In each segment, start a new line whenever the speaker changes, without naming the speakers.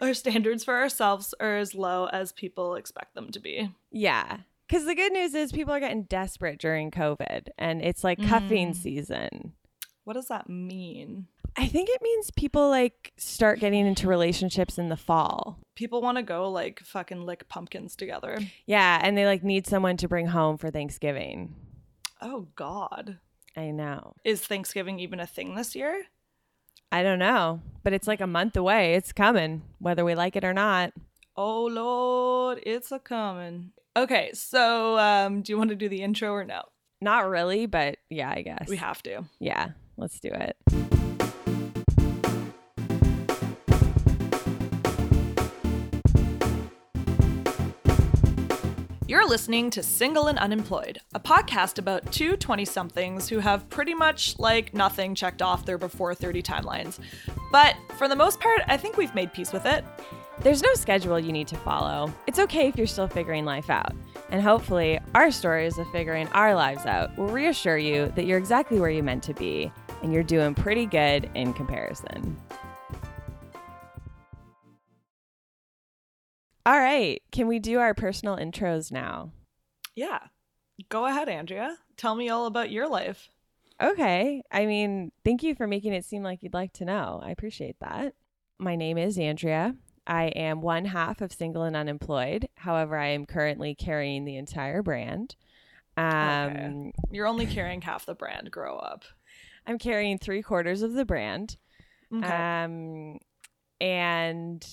Our standards for ourselves are as low as people expect them to be.
Yeah. Because the good news is people are getting desperate during COVID and it's like cuffing
Mm.
season.
What does that mean?
I think it means people like start getting into relationships in the fall.
People want to go like fucking lick pumpkins together.
Yeah. And they like need someone to bring home for Thanksgiving.
Oh, God.
I know.
Is Thanksgiving even a thing this year?
I don't know, but it's like a month away. It's coming, whether we like it or not.
Oh, Lord, it's a coming. Okay, so um, do you want to do the intro or no?
Not really, but yeah, I guess.
We have to.
Yeah, let's do it.
You're listening to Single and Unemployed, a podcast about two 20 somethings who have pretty much like nothing checked off their before 30 timelines. But for the most part, I think we've made peace with it.
There's no schedule you need to follow. It's okay if you're still figuring life out. And hopefully, our stories of figuring our lives out will reassure you that you're exactly where you meant to be and you're doing pretty good in comparison. All right, can we do our personal intros now?
Yeah. Go ahead, Andrea. Tell me all about your life.
Okay. I mean, thank you for making it seem like you'd like to know. I appreciate that. My name is Andrea. I am one half of Single and Unemployed. However, I am currently carrying the entire brand. Um,
Okay. You're only carrying half the brand, grow up.
I'm carrying three quarters of the brand.
Okay.
Um, and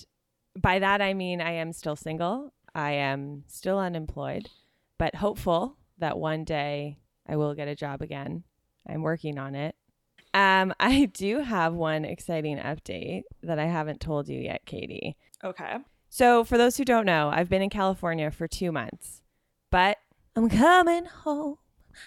by that, I mean I am still single. I am still unemployed, but hopeful that one day I will get a job again. I'm working on it. Um, I do have one exciting update that I haven't told you yet, Katie.
okay.
So, for those who don't know, I've been in California for two months, but I'm coming home.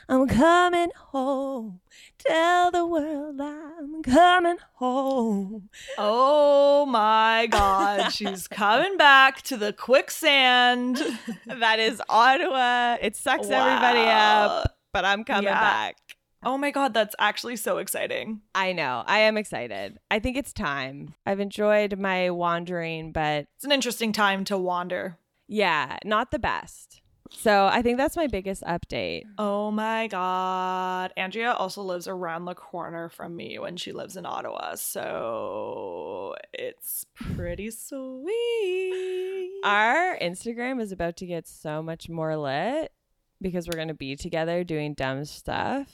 I'm coming home. Tell the world I'm coming home.
Oh my God. She's coming back to the quicksand.
That is Ottawa. It sucks everybody
Wow.
up, but I'm coming
Yeah.
back.
Oh my God. That's actually so exciting.
I know. I am excited. I think it's time. I've enjoyed my wandering, but
It's an interesting time to wander.
yeah, not the best. So, I think that's my biggest update.
Oh my god. Andrea also lives around the corner from me when she lives in Ottawa. So it's pretty sweet.
Our Instagram is about to get so much more lit because we're going to be together doing dumb stuff.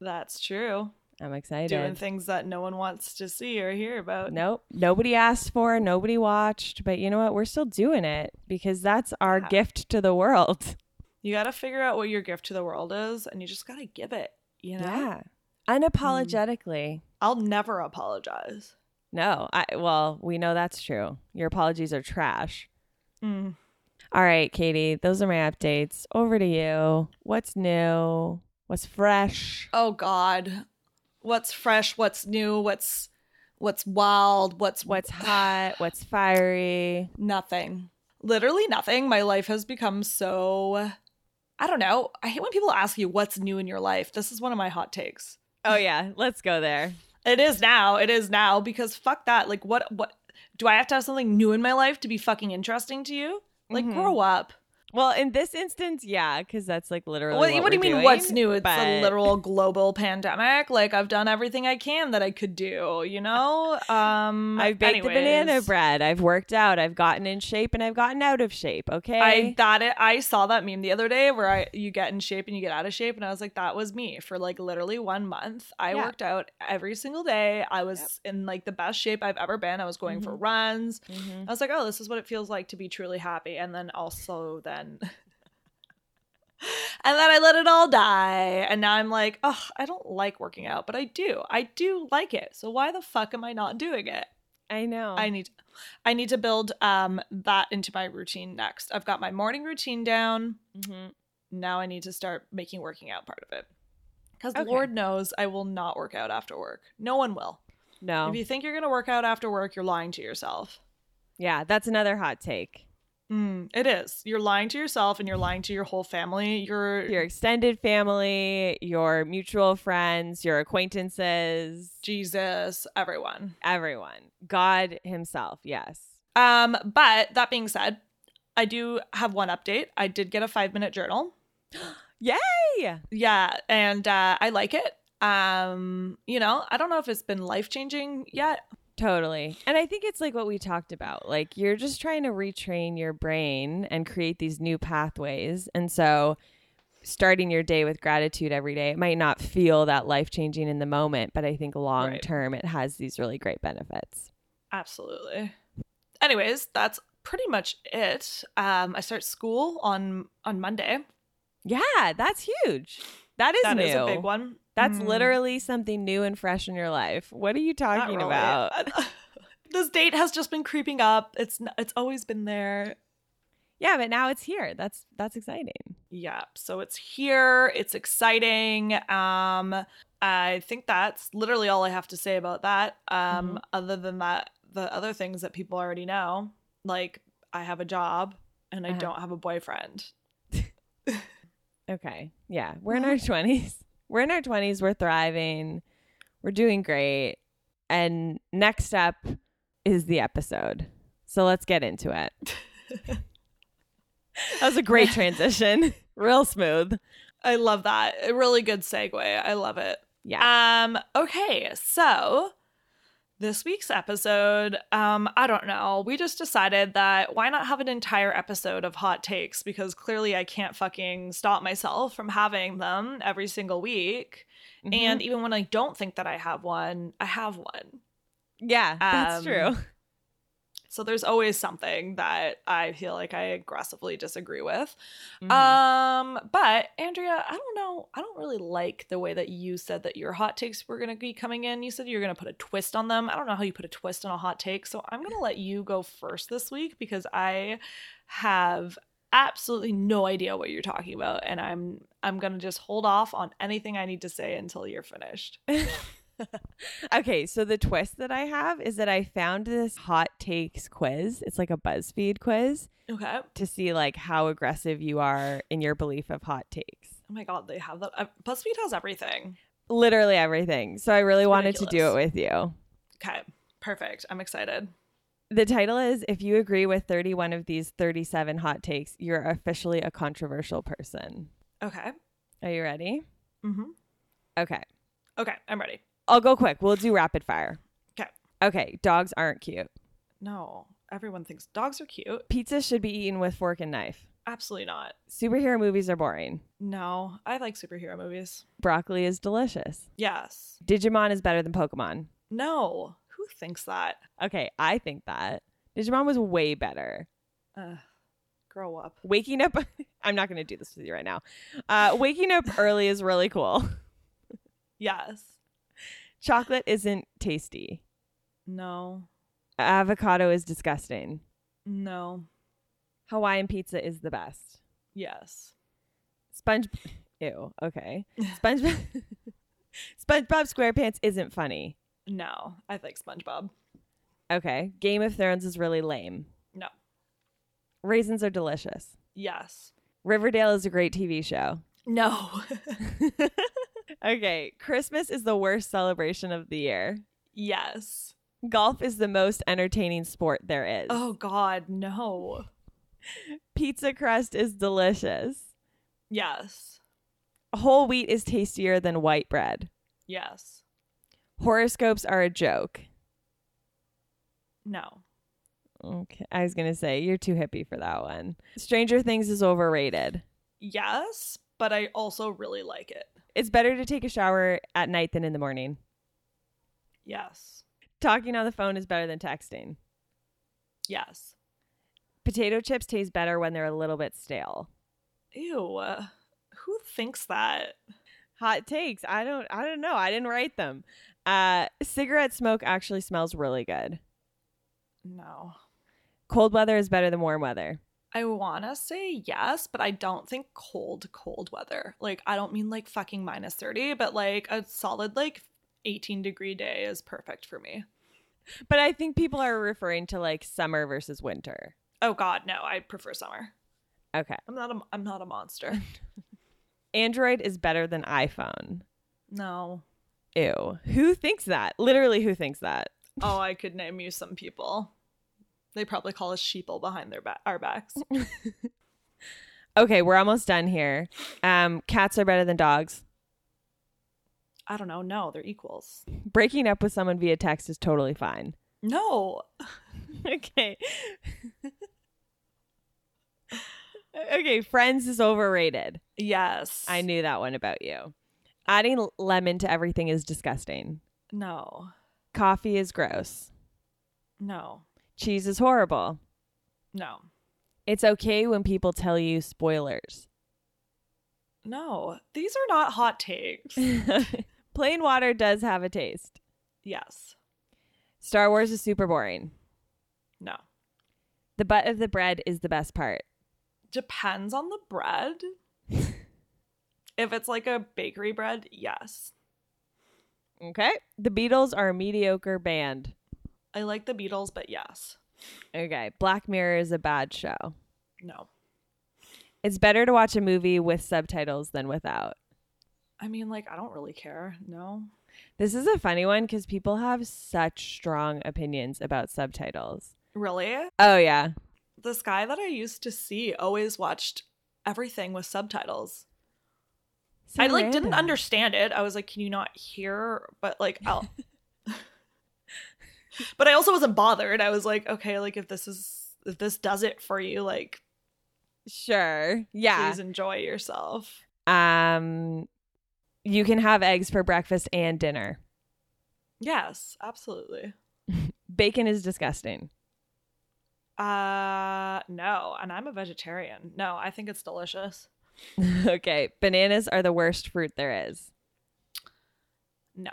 That's true.
I'm excited.
Doing things that no one wants to see or hear about.
Nope. Nobody asked for, nobody watched, but you know what? We're still doing it because that's our
Yeah.
gift to the world.
You got to figure out what your gift to the world is and you just got to give it, you know? Mm.
Unapologetically.
I'll never apologize.
No. I well, we know that's true. Your apologies are trash.
Mm.
All right, Katie, those are my updates. Over to you. What's new? What's fresh?
Oh god. What's fresh, what's new, what's what's wild, what's
What's hot? What's fiery?
Nothing. Literally nothing. My life has become so I don't know. I hate when people ask you what's new in your life. This is one of my hot takes.
Oh yeah, let's go there.
It is now. It is now because fuck that. Like what what do I have to have something new in my life to be fucking interesting to you? Like
Mhm.
grow up.
Well, in this instance, yeah, because that's like literally.
what,
What,
what
we're
do you mean
doing,
what's new? It's a
but-
literal global pandemic. Like I've done everything I can that I could do, you know? Um
I've baked the banana
anyways.
bread. I've worked out. I've gotten in shape, and I've gotten out of shape. Okay.
I that it, I saw that meme the other day where I you get in shape and you get out of shape and I was like that was me for like literally 1 month. I
Yeah.
worked out every single day. I was in like the best shape I've ever been. I was going
Mm-hmm.
for runs.
Mhm.
I was like, "Oh, this is what it feels like to be truly happy." And then also then And then I let it all die. And now I'm like, "Oh, I don't like working out, but I do. I do like it. So why the fuck am I not doing it?"
I know.
I need I need to build um that into my routine next. I've got my morning routine down.
Mhm.
Now I need to start making working out part of it. Cuz
Okay.
lord knows I will not work out after work. No one will.
No.
If you think you're going to work out after work, you're lying to yourself.
yeah, that's another hot take.
Mm, it is. You're lying to yourself and you're lying to your whole family. You're,
Your extended family, your mutual friends, your acquaintances,
Jesus, everyone.
everyone, God Himself. Yes.
Um, but that being said, I do have one update. I did get a five minute journal.
Yay!
Yeah, and uh, I like it. Um, you know, I don't know if it's been life changing yet.
Totally. And I think it's like what we talked about. Like you're just trying to retrain your brain and create these new pathways. And so starting your day with gratitude every day, it might not feel that life changing in the moment, but I think long
Right.
term it has these really great benefits.
Absolutely. Anyways, that's pretty much it. Um, I start school on on Monday.
Yeah, that's huge. That is
That
new.
is a big one.
That's
Mm,
literally something new and fresh in your life. What are you
not
talking
really.
about?
this date has just been creeping up. It's n- it's always been there.
Yeah, but now it's here. That's that's exciting.
Yeah, so it's here. It's exciting. Um, I think that's literally all I have to say about that. Um,
Mhm.
other than that, the other things that people already know, like I have a job and I
Uh-huh.
don't have a boyfriend.
Okay. Yeah. We're in our 20s. We're in our 20s. We're thriving. We're doing great. And next up is the episode. So let's get into it. that was a great transition. Real smooth.
I love that. A really good segue. I love it.
Yeah.
Um, okay, so this week's episode, um, I don't know. We just decided that why not have an entire episode of hot takes because clearly I can't fucking stop myself from having them every single week.
Mm-hmm.
And even when I don't think that I have one, I have one.
yeah, that's
um,
true.
So there's always something that I feel like I aggressively disagree with.
Mhm.
Um, but Andrea, I don't know. I don't really like the way that you said that your hot takes were going to be coming in. You said you're going to put a twist on them. I don't know how you put a twist on a hot take, so I'm going to let you go first this week because I have absolutely no idea what you're talking about and I'm I'm going to just hold off on anything I need to say until you're finished.
okay, so the twist that I have is that I found this hot takes quiz. It's like a BuzzFeed quiz
Okay.
to see like how aggressive you are in your belief of hot takes.
Oh my god, they have that. Uh, BuzzFeed has everything.
literally everything. So I really
It's
wanted to do it
ridiculous.
with you.
Okay. Perfect. I'm excited.
The title is If You Agree with 31 of These 37 Hot Takes, You're Officially a Controversial Person.
Okay.
Are you ready?
Mhm.
Okay.
Okay, I'm ready.
I'll go quick. We'll do rapid fire.
'Kay.
Okay. Dogs aren't cute.
No. Everyone thinks dogs are cute.
Pizza should be eaten with fork and knife.
Absolutely not.
Superhero movies are boring.
No, I like superhero movies.
Broccoli is delicious.
Yes.
Digimon is better than Pokemon.
No. Who thinks that?
Okay. I think that. Digimon was way better.
Uh, grow up.
Waking up, I'm not going to do this with you right now. Uh, waking up early is really cool.
Yes.
Chocolate isn't tasty.
No.
Avocado is disgusting.
No.
Hawaiian pizza is the best.
Yes.
Sponge Ew, okay. Sponge SpongeBob SquarePants isn't funny.
No. I like SpongeBob.
Okay. Game of Thrones is really lame.
No.
Raisins are delicious.
Yes.
Riverdale is a great TV show.
No.
okay. Christmas is the worst celebration of the year.
yes.
Golf is the most entertaining sport there is.
Oh God. No.
Pizza crust is delicious.
Yes.
Whole wheat is tastier than white bread.
Yes.
Horoscopes are a joke.
No.
Okay. I was going to say, you're too hippie for that one. Stranger Things is overrated.
Yes. But I also really like it.
It's better to take a shower at night than in the morning.
Yes.
Talking on the phone is better than texting.
Yes.
Potato chips taste better when they're a little bit stale.
Ew. uh, Who thinks that?
Hot takes. I don't I don't know. I didn't write them. Uh cigarette smoke actually smells really good.
No.
Cold weather is better than warm weather.
I want to say yes, but I don't think cold, cold weather. Like, I don't mean like fucking minus 30, but like a solid, like 18 degree day is perfect for me.
But I think people are referring to like summer versus winter.
Oh, God, no, I prefer summer.
Okay.
I'm not a, I'm not a monster.
Android is better than iPhone.
No.
Ew. Who thinks that? Literally who thinks that?
Oh, I could name you some people. They probably call us sheeple behind their ba- our backs.
Okay, we're almost done here. Um, cats are better than dogs.
I don't know. No, they're equals.
Breaking up with someone via text is totally fine.
No.
okay. okay, friends is overrated.
Yes.
I knew that one about you. Adding l- lemon to everything is disgusting.
No.
Coffee is gross.
No.
Cheese is horrible.
No.
It's okay when people tell you spoilers.
No. These are not hot takes.
Plain water does have a taste.
yes.
Star Wars is super boring.
No.
The butt of the bread is the best part.
Depends on the bread. if it's like a bakery bread, yes.
Okay. The Beatles are a mediocre band.
I like the Beatles, but yes.
Okay. Black Mirror is a bad show.
No.
It's better to watch a movie with subtitles than without.
I mean, like, I don't really care. No.
This is a funny one because people have such strong opinions about subtitles.
Really?
Oh, yeah.
This guy that I used to see always watched everything with subtitles. I like didn't
understand.
understand it. I was like, can you not hear? But like, I'll. but I also wasn't bothered. I was like, okay, like if this is if this does it for you, like
Sure. Yeah.
please enjoy yourself.
Um, you can have eggs for breakfast and dinner.
Yes, absolutely.
Bacon is disgusting.
Uh, no, and I'm a vegetarian. No, I think it's delicious.
okay. Bananas are the worst fruit there is.
No.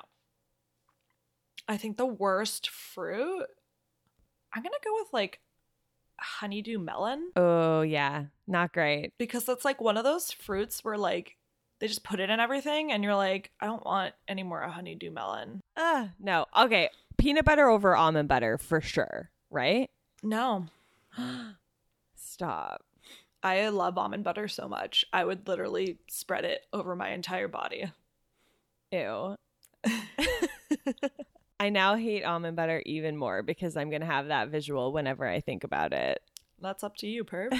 I think the worst fruit. I'm gonna go with like honeydew melon.
Oh, yeah. Not great.
because that's like one of those fruits where like they just put it in everything and you're like i don't want any more a honeydew melon
Uh, no. Okay. Peanut butter over almond butter for sure, right?
no
Stop.
i love almond butter so much i would literally spread it over my entire body
Ew. I now hate almond butter even more because I'm going to have that visual whenever I think about it.
that's up to you perp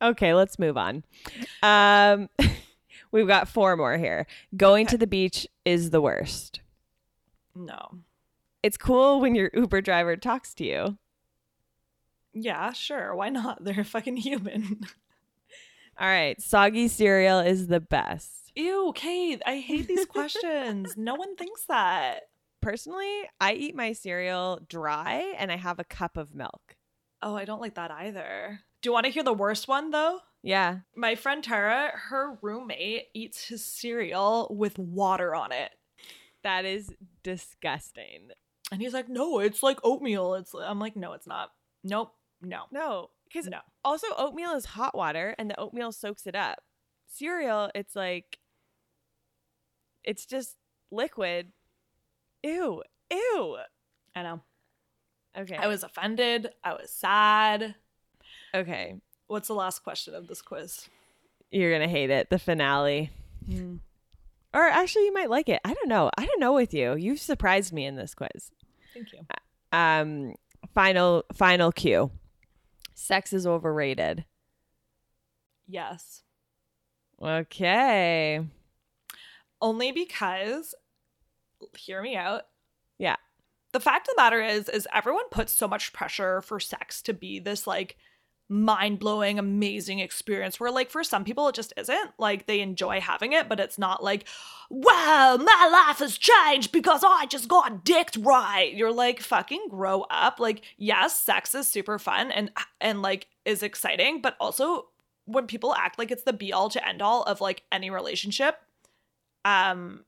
okay, let's move on. Um, we've got four more here. Going to the beach is the worst.
no
It's cool when your Uber driver talks to you.
yeah sure why not they're fucking human
All right, soggy cereal is the best.
ew kate i hate these questions no one thinks that
Personally, I eat my cereal dry and I have a cup of milk.
oh i don't like that either do you want to hear the worst one though
Yeah.
My friend Tara, her roommate eats his cereal with water on it.
That is disgusting.
And he's like, "No, it's like oatmeal." It's I'm like, "No, it's not." Nope. No.
No, because
No.
also oatmeal is hot water and the oatmeal soaks it up. Cereal, it's like it's just liquid. Ew, ew.
I know.
Okay.
I was offended. I was sad.
okay.
What's the last question of this quiz?
You're gonna hate it. The finale, or actually, you might like it. I don't know. I don't know with you. You've surprised me in this quiz.
Thank you.
Um, final, final cue. Sex is overrated.
Yes.
Okay.
Only because hear me out.
Yeah.
The fact of the matter is is everyone puts so much pressure for sex to be this like mind-blowing amazing experience where like for some people it just isn't like they enjoy having it but it's not like wow my life has changed because i just got dicked right you're like fucking grow up like yes sex is super fun and and like is exciting but also when people act like it's the be all to end all of like any relationship um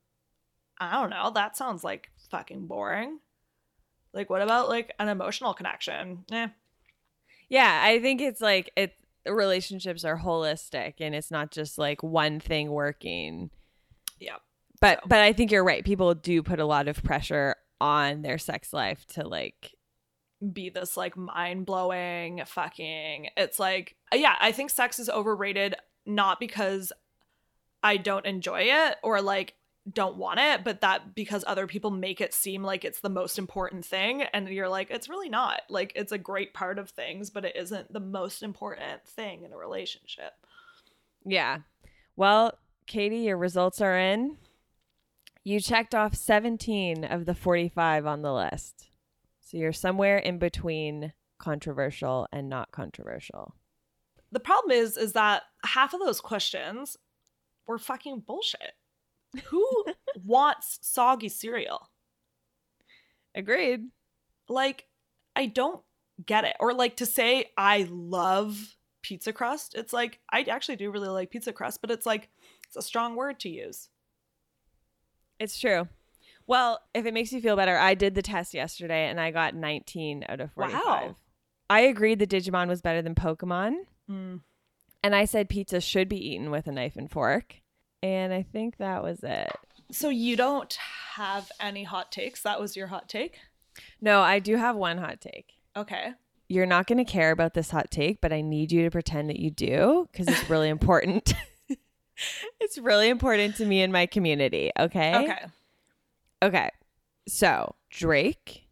i don't know that sounds like fucking boring like what about like an emotional connection eh
Yeah, I think it's like it relationships are holistic and it's not just like one thing working.
Yeah.
But
So-
but I think you're right. People do put a lot of pressure on their sex life to like
be this like mind blowing fucking. It's like, yeah, I think sex is overrated, not because I don't enjoy it or like don't want it, but that because other people make it seem like it's the most important thing. And you're like, it's really not. Like, it's a great part of things, but it isn't the most important thing in a relationship.
Yeah. Well, Katie, your results are in. You checked off 17 of the 45 on the list. So you're somewhere in between controversial and not controversial.
The problem is, is that half of those questions were fucking bullshit. Who wants soggy cereal?
Agreed.
Like, I don't get it. Or like to say I love pizza crust. It's like I actually do really like pizza crust, but it's like it's a strong word to use.
It's true. Well, if it makes you feel better, I did the test yesterday and I got 19 out of 45.
Wow.
I agreed that Digimon was better than Pokemon. Mm. And I said pizza should be eaten with a knife and fork. And I think that was it.
So you don't have any hot takes. That was your hot take.
No, I do have one hot take.
Okay.
You're not going to care about this hot take, but I need you to pretend that you do because it's really important. it's really important to me and my community. Okay.
Okay.
Okay. So Drake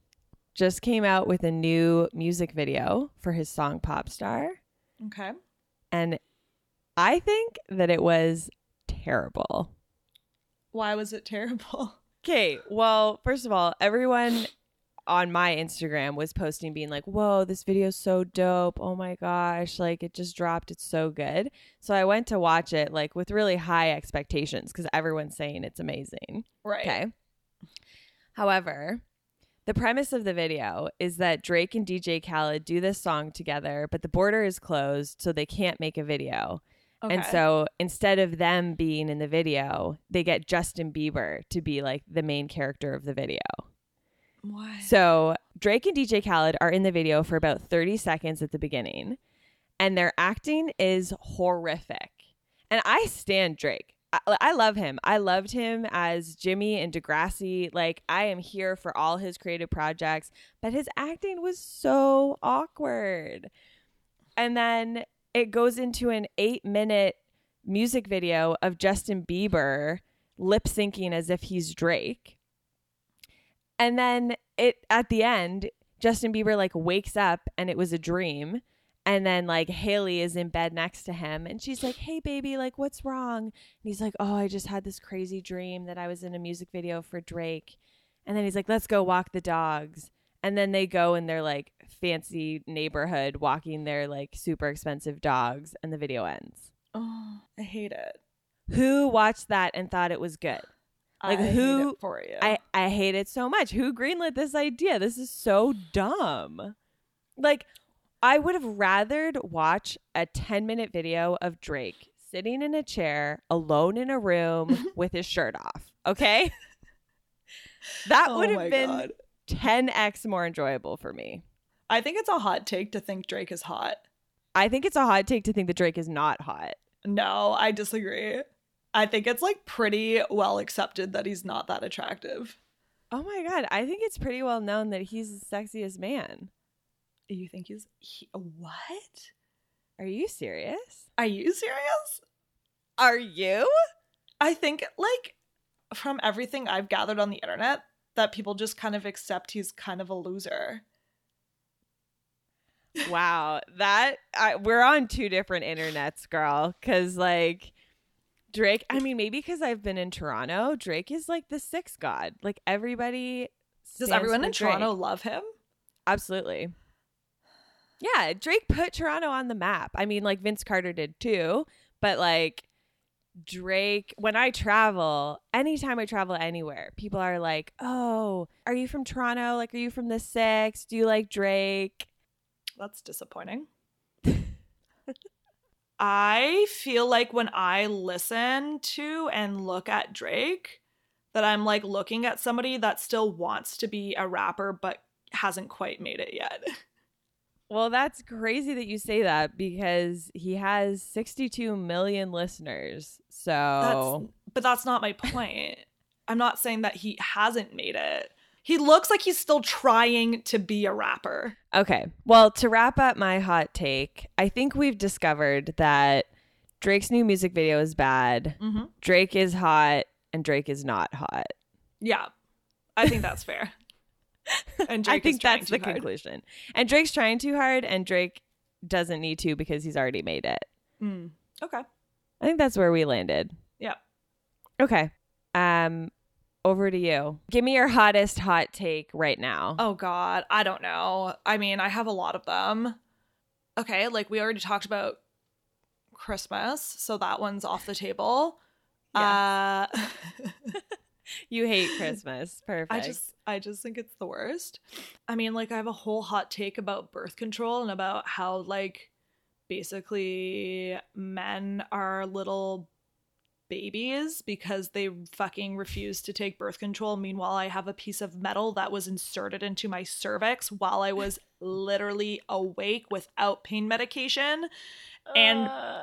just came out with a new music video for his song Pop Star.
Okay.
And I think that it was terrible.
Why was it terrible?
Okay. Well, first of all, everyone on my Instagram was posting, being like, whoa, this video's so dope. Oh my gosh. Like, it just dropped. It's so good. So I went to watch it, like, with really high expectations because everyone's saying it's amazing.
Right.
Okay. However, the premise of the video is that Drake and DJ Khaled do this song together, but the border is closed, so they can't make a video. And
Okay.
so instead of them being in the video, they get Justin Bieber to be like the main character of the video.
why?
So Drake and DJ Khaled are in the video for about 30 seconds at the beginning, and their acting is horrific. And I stand Drake. I, I love him. I loved him as Jimmy and Degrassi. Like, I am here for all his creative projects, but his acting was so awkward. And then it goes into an eight minute music video of Justin Bieber lip syncing as if he's Drake. And then it at the end, Justin Bieber like wakes up and it was a dream. And then like Haley is in bed next to him and she's like, Hey baby, like what's wrong? And he's like, Oh, I just had this crazy dream that I was in a music video for Drake. And then he's like, Let's go walk the dogs. And then they go in their like fancy neighborhood walking their like super expensive dogs and the video ends.
oh, I hate it.
Who watched that and thought it was good? Like,
I hate
who-
it for you?
I, I hate it so much. Who greenlit this idea? This is so dumb. Like, I would have rathered watch a 10 minute video of Drake sitting in a chair alone in a room with his shirt off. Okay. that
Oh
would
my
have been
God.
10x more enjoyable for me.
I think it's a hot take to think Drake is hot.
I think it's a hot take to think that Drake is not hot.
No, I disagree. I think it's like pretty well accepted that he's not that attractive.
Oh my God. I think it's pretty well known that he's the sexiest man.
You think he's he, what?
Are you serious?
Are you serious?
Are you?
I think like from everything I've gathered on the internet that people just kind of accept he's kind of a loser.
wow that I, we're on two different internets girl because like drake i mean maybe because i've been in toronto drake is like the sixth god like everybody
Does
stands
everyone
for
in
Drake.
Toronto love him?
absolutely yeah drake put toronto on the map i mean like vince carter did too but like drake when i travel anytime i travel anywhere people are like oh are you from toronto like are you from the six do you like drake
That's disappointing. I feel like when I listen to and look at Drake, that I'm like looking at somebody that still wants to be a rapper but hasn't quite made it yet.
Well, that's crazy that you say that because he has 62 million listeners. So,
That's, but that's not my point. I'm not saying that he hasn't made it. He looks like he's still trying to be a rapper.
okay. Well, to wrap up my hot take, I think we've discovered that Drake's new music video is bad.
Mm-hmm.
Drake is hot. and Drake is not hot.
Yeah. I think that's fair. And
I
Drake is
think
trying
that's
too
the
hard.
conclusion. And Drake's trying too hard, and Drake doesn't need to because he's already made it.
Mm. Okay.
I think that's where we landed.
Yep.
Okay. Um, over to you. Give me your hottest hot take right now.
Oh God, I don't know. I mean, I have a lot of them. Okay, like we already talked about Christmas, so that one's off the table. Uh
You hate Christmas. Perfect.
I just I just think it's the worst. I mean, like I have a whole hot take about birth control and about how like basically men are little babies because they fucking refuse to take birth control. Meanwhile, I have a piece of metal that was inserted into my cervix while I was literally awake without pain medication. and-
uh,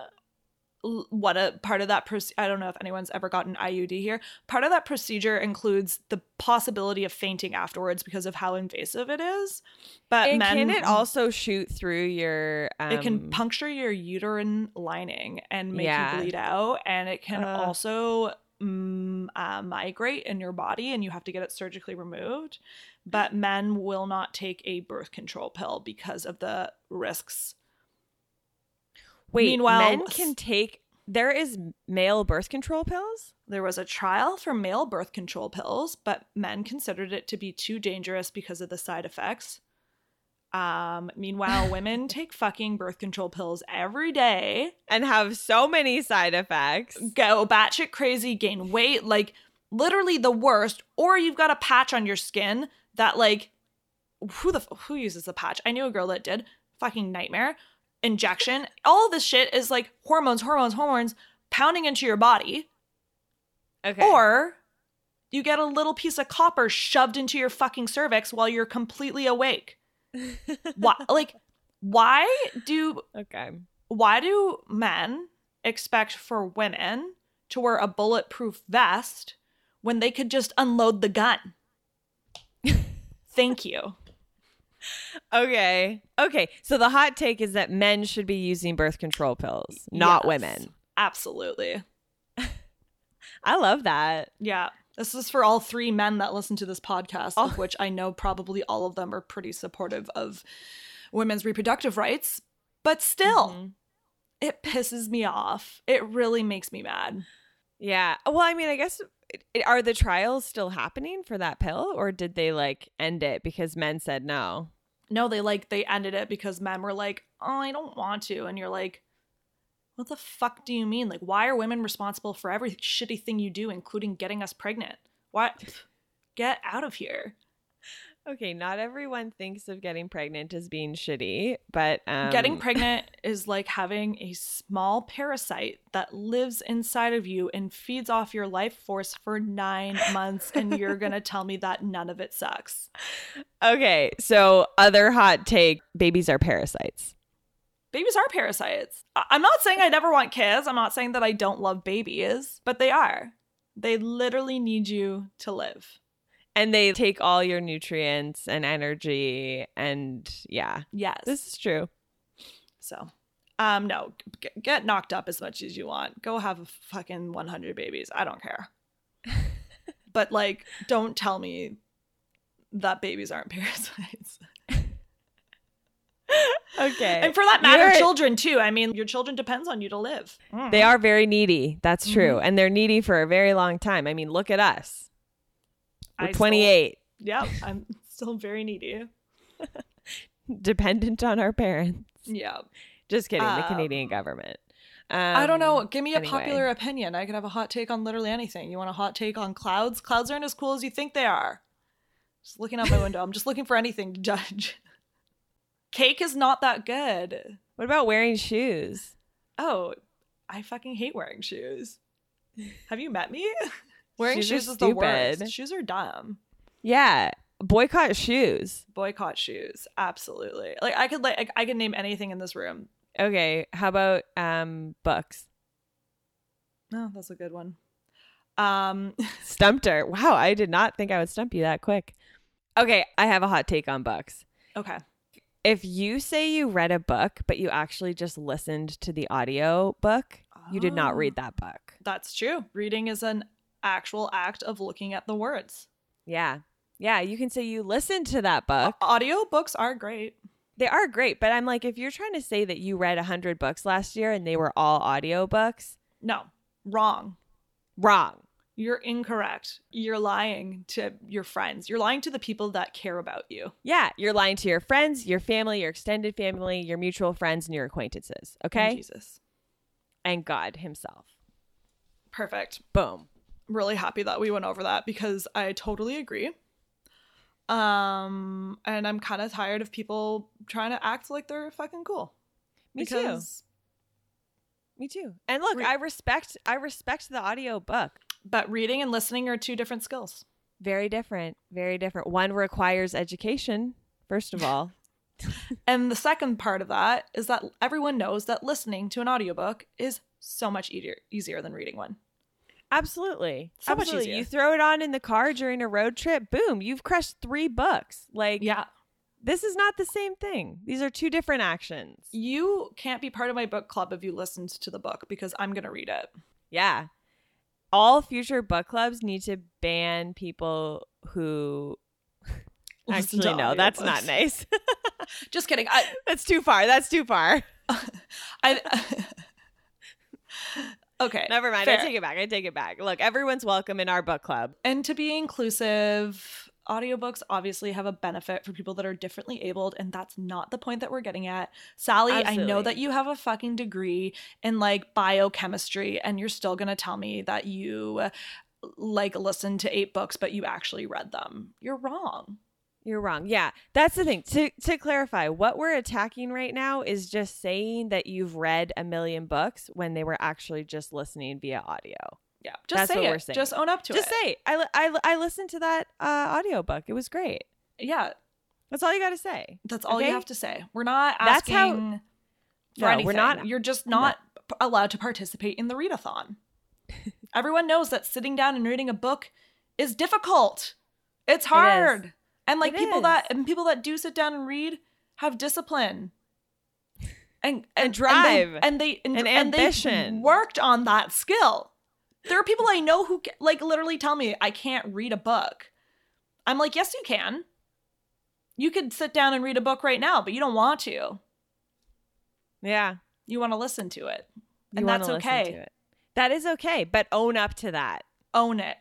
L- What a part of that proce- I don't know if anyone's ever gotten IUD here. Part of that procedure includes the possibility of fainting afterwards because of how invasive it is. But
and
men
can it also shoot through your? Um,
it can puncture your uterine lining and make
Yeah. Uh.
you bleed out and it can
Ugh.
also mm, uh, migrate in your body and you have to get it surgically removed but men will not take a birth control pill because of the risks
Wait,
Meanwhile-
men can take. There is male birth control pills.
there was a trial for male birth control pills but men considered it to be too dangerous because of the side effects um, meanwhile women take fucking birth control pills every day
and have so many side effects.
go batshit crazy, gain weight, like literally the worst, or you've got a patch on your skin that like who the f- who uses the patch? I knew a girl that did. Fucking nightmare. Injection. All this shit is like hormones, hormones, hormones pounding into your body,
Okay.
or you get a little piece of copper shoved into your fucking cervix while you're completely awake. Why like why do
okay.
why do men expect for women to wear a bulletproof vest when they could just unload the gun? Thank you.
Okay. Okay. So the hot take is that men should be using birth control pills, not
Yes.
women.
Absolutely.
I love that.
Yeah. Oh. This is for all three men that listen to this podcast, of which I know probably all of them are pretty supportive of women's reproductive rights, but still,
Mhm.
it pisses me off. It really makes me mad.
Yeah. Well, I mean, I guess it- it- are the trials still happening for that pill or did they like end it because men said no?
No, they like they ended it because men were like, "Oh, I don't want to," and you're like, "What the fuck do you mean? Like, why are women responsible for every shitty thing you do, including getting us pregnant? Why? Get out of here!
Okay, not everyone thinks of getting pregnant as being shitty, but um,
getting pregnant is like having a small parasite that lives inside of you and feeds off your life force for nine months, and you're gonna tell me that none of it sucks?
Okay, so other hot take: babies are parasites.
Babies are parasites. I- I'm not saying I never want kids. I'm not saying that I don't love babies, but they are. They literally need you to live.
and they take all your nutrients and energy and yeah
Yes.
this is true
so, um, no, g- get knocked up as much as you want. Go have a fucking 100 babies. I don't care. but like, don't tell me that babies aren't parasites.
okay
And for that matter,
You're-
children too. I mean, your children depends on you to live. Hmm.
they are very needy that's true
Mm-hmm.
and they're needy for a very long time i mean look at us
I
we're
still-
28
Yep, I'm still very needy.
dependent on our parents
Yeah.
just kidding the
Um,
canadian government um,
I don't know. Give me a
anyway.
popular opinion. I could have a hot take on literally anything. You want a hot take on clouds? Clouds aren't as cool as you think they are. Just looking out my window. I'm just looking for anything to judge. Cake is not that good.
what about wearing shoes
Oh, I fucking hate wearing shoes. Have you met me? Wearing
Shoes are
shoes is the worst.
stupid.
Shoes are dumb.
yeah boycott shoes
Boycott shoes. Absolutely. Like I could like I could name anything in this room.
okay how about um books
No, Oh, that's a good one. Um
stumped her wow i did not think i would stump you that quick okay i have a hot take on books
okay.
if you say you read a book but you actually just listened to the audio book you did not
Oh.
read that book
That's true. Reading is an actual act of looking at the words.
Yeah. Yeah. You can say you listened to that book.
Audiobooks are great.
They are great, but I'm like, if you're trying to say that you read 100 books last year and they were all audiobooks,
No, wrong.
wrong.
You're incorrect. You're lying to your friends. You're lying to the people that care about you.
Yeah. You're lying to your friends, your family, your extended family, your mutual friends, and your acquaintances.
And
Okay.
Jesus.
And God Himself.
Perfect.
Boom.
Really happy that we went over that because I totally agree. Um, and I'm kind of tired of people trying to act like they're fucking cool.
Me too.
because,
Me too. And look,
Re-
I respect I respect the audio book.
But reading and listening are two different skills.
Very different. Very different. One requires education, first of all.
And the second part of that is that everyone knows that listening to an audiobook is so much easier easier than reading one.
Absolutely.
So much
Absolutely. you
easier.
throw it on in the car during a road trip, boom, you've crushed three books. Like
Yeah.
this is not the same thing. These are two different actions.
You can't be part of my book club if you listened to the book because I'm going to read it.
Yeah. All future book clubs need to ban people who
Listen
actually
to
no, that's not
audiobooks.
nice.
Just kidding. I
that's too far. That's too far.
I Okay.
Never mind. I
Fair.
take it back. I take it back. Look, everyone's welcome in our book club.
And to be inclusive, audiobooks obviously have a benefit for people that are differently abled, and that's not the point that we're getting at. Sally, I know
Absolutely.
that you have a fucking degree in like biochemistry, and you're still gonna tell me that you uh, like listened to eight books, but you actually read them. You're wrong.
You're wrong. Yeah, that's the thing. To to clarify, what we're attacking right now is just saying that you've read a million books when they were actually just listening via audio.
Yeah, just
That's
say
what
it.
we're saying.
Just own up to
just
it.
say, I, li- I li- I listened to that uh, audio book. It was great.
yeah,
That's all you got to say.
that's all
Okay?
you have to say. We're not
That's
asking
how-
for
No,
anything.
we're not.
You're just not p- allowed to participate in the readathon. Everyone knows that sitting down and reading a book is difficult. It's hard. And like
It
people that
is.
and people that do sit down and read have discipline. And, and, and they-
drive.
and they and,
And
they
ambition.
worked on that skill. There are people I know who ca- like literally tell me I can't read a book. I'm like, yes, you can. You could sit down and read a book right now, but you don't want to.
Yeah,
You want to listen to it.
You
And
wanna
that's
listen
okay.
to it. That is okay, but own up to that.
Own it.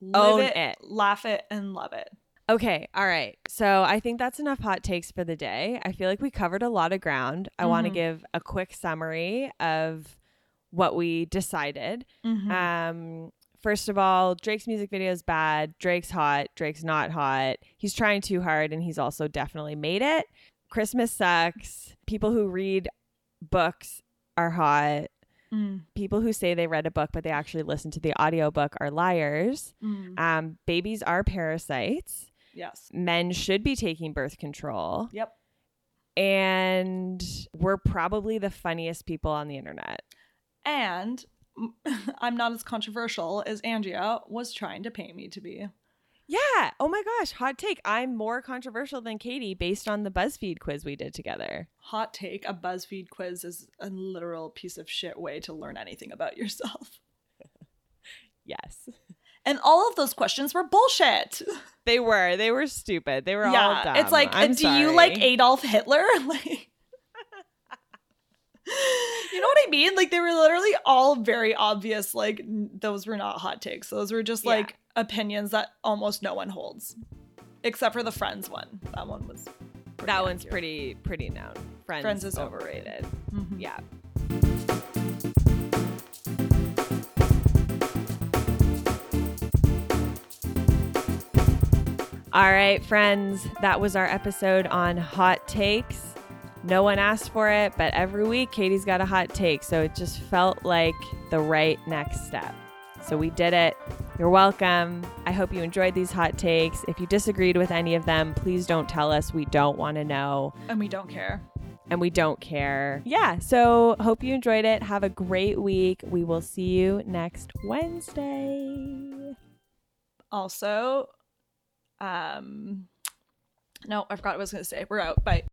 Live
Own
it,
it.
Laugh it and love it.
Okay, all right. So I think that's enough hot takes for the day. I feel like we covered a lot of ground. I want to
Mhm.
give a quick summary of what we decided.
Mm-hmm.
Um, first of all, Drake's music video is bad. Drake's hot. Drake's not hot. He's trying too hard, and he's also definitely made it. Christmas sucks. People who read books are hot.
Mm,
People who say they read a book but they actually listened to the audiobook are liars.
mm.
Um, babies are parasites.
Yes.
Men should be taking birth control.
Yep.
And we're probably the funniest people on the internet.
And I'm not as controversial as Andrea was trying to paint me to be.
Yeah. Oh my gosh. Hot take. I'm more controversial than Katie based on the BuzzFeed quiz we did together.
Hot take a BuzzFeed quiz is a literal piece of shit way to learn anything about yourself.
Yes.
And all of those questions were bullshit.
They were. They were stupid. They were all dumb.
It's like,
I'm
do you like
sorry.
Adolf Hitler? Like, you know what I mean? Like, they were literally all very obvious. Like, n- those were not hot takes. Those were just
Yeah.
like opinions that almost no one holds, except for the Friends one. That one was.
That one's pretty pretty known. Friends,
Friends is
overrated.
Mhm.
Yeah. All right, friends, that was our episode on hot takes. No one asked for it, but every week Katie's got a hot take, so it just felt like the right next step. So we did it. You're welcome. I hope you enjoyed these hot takes. If you disagreed with any of them, please don't tell us. We don't want to know
And we don't care.
and we don't care. Yeah. So, hope you enjoyed it. Have a great week. We will see you next Wednesday.
Also, um, no, I forgot what I was going to say. We're out. Bye.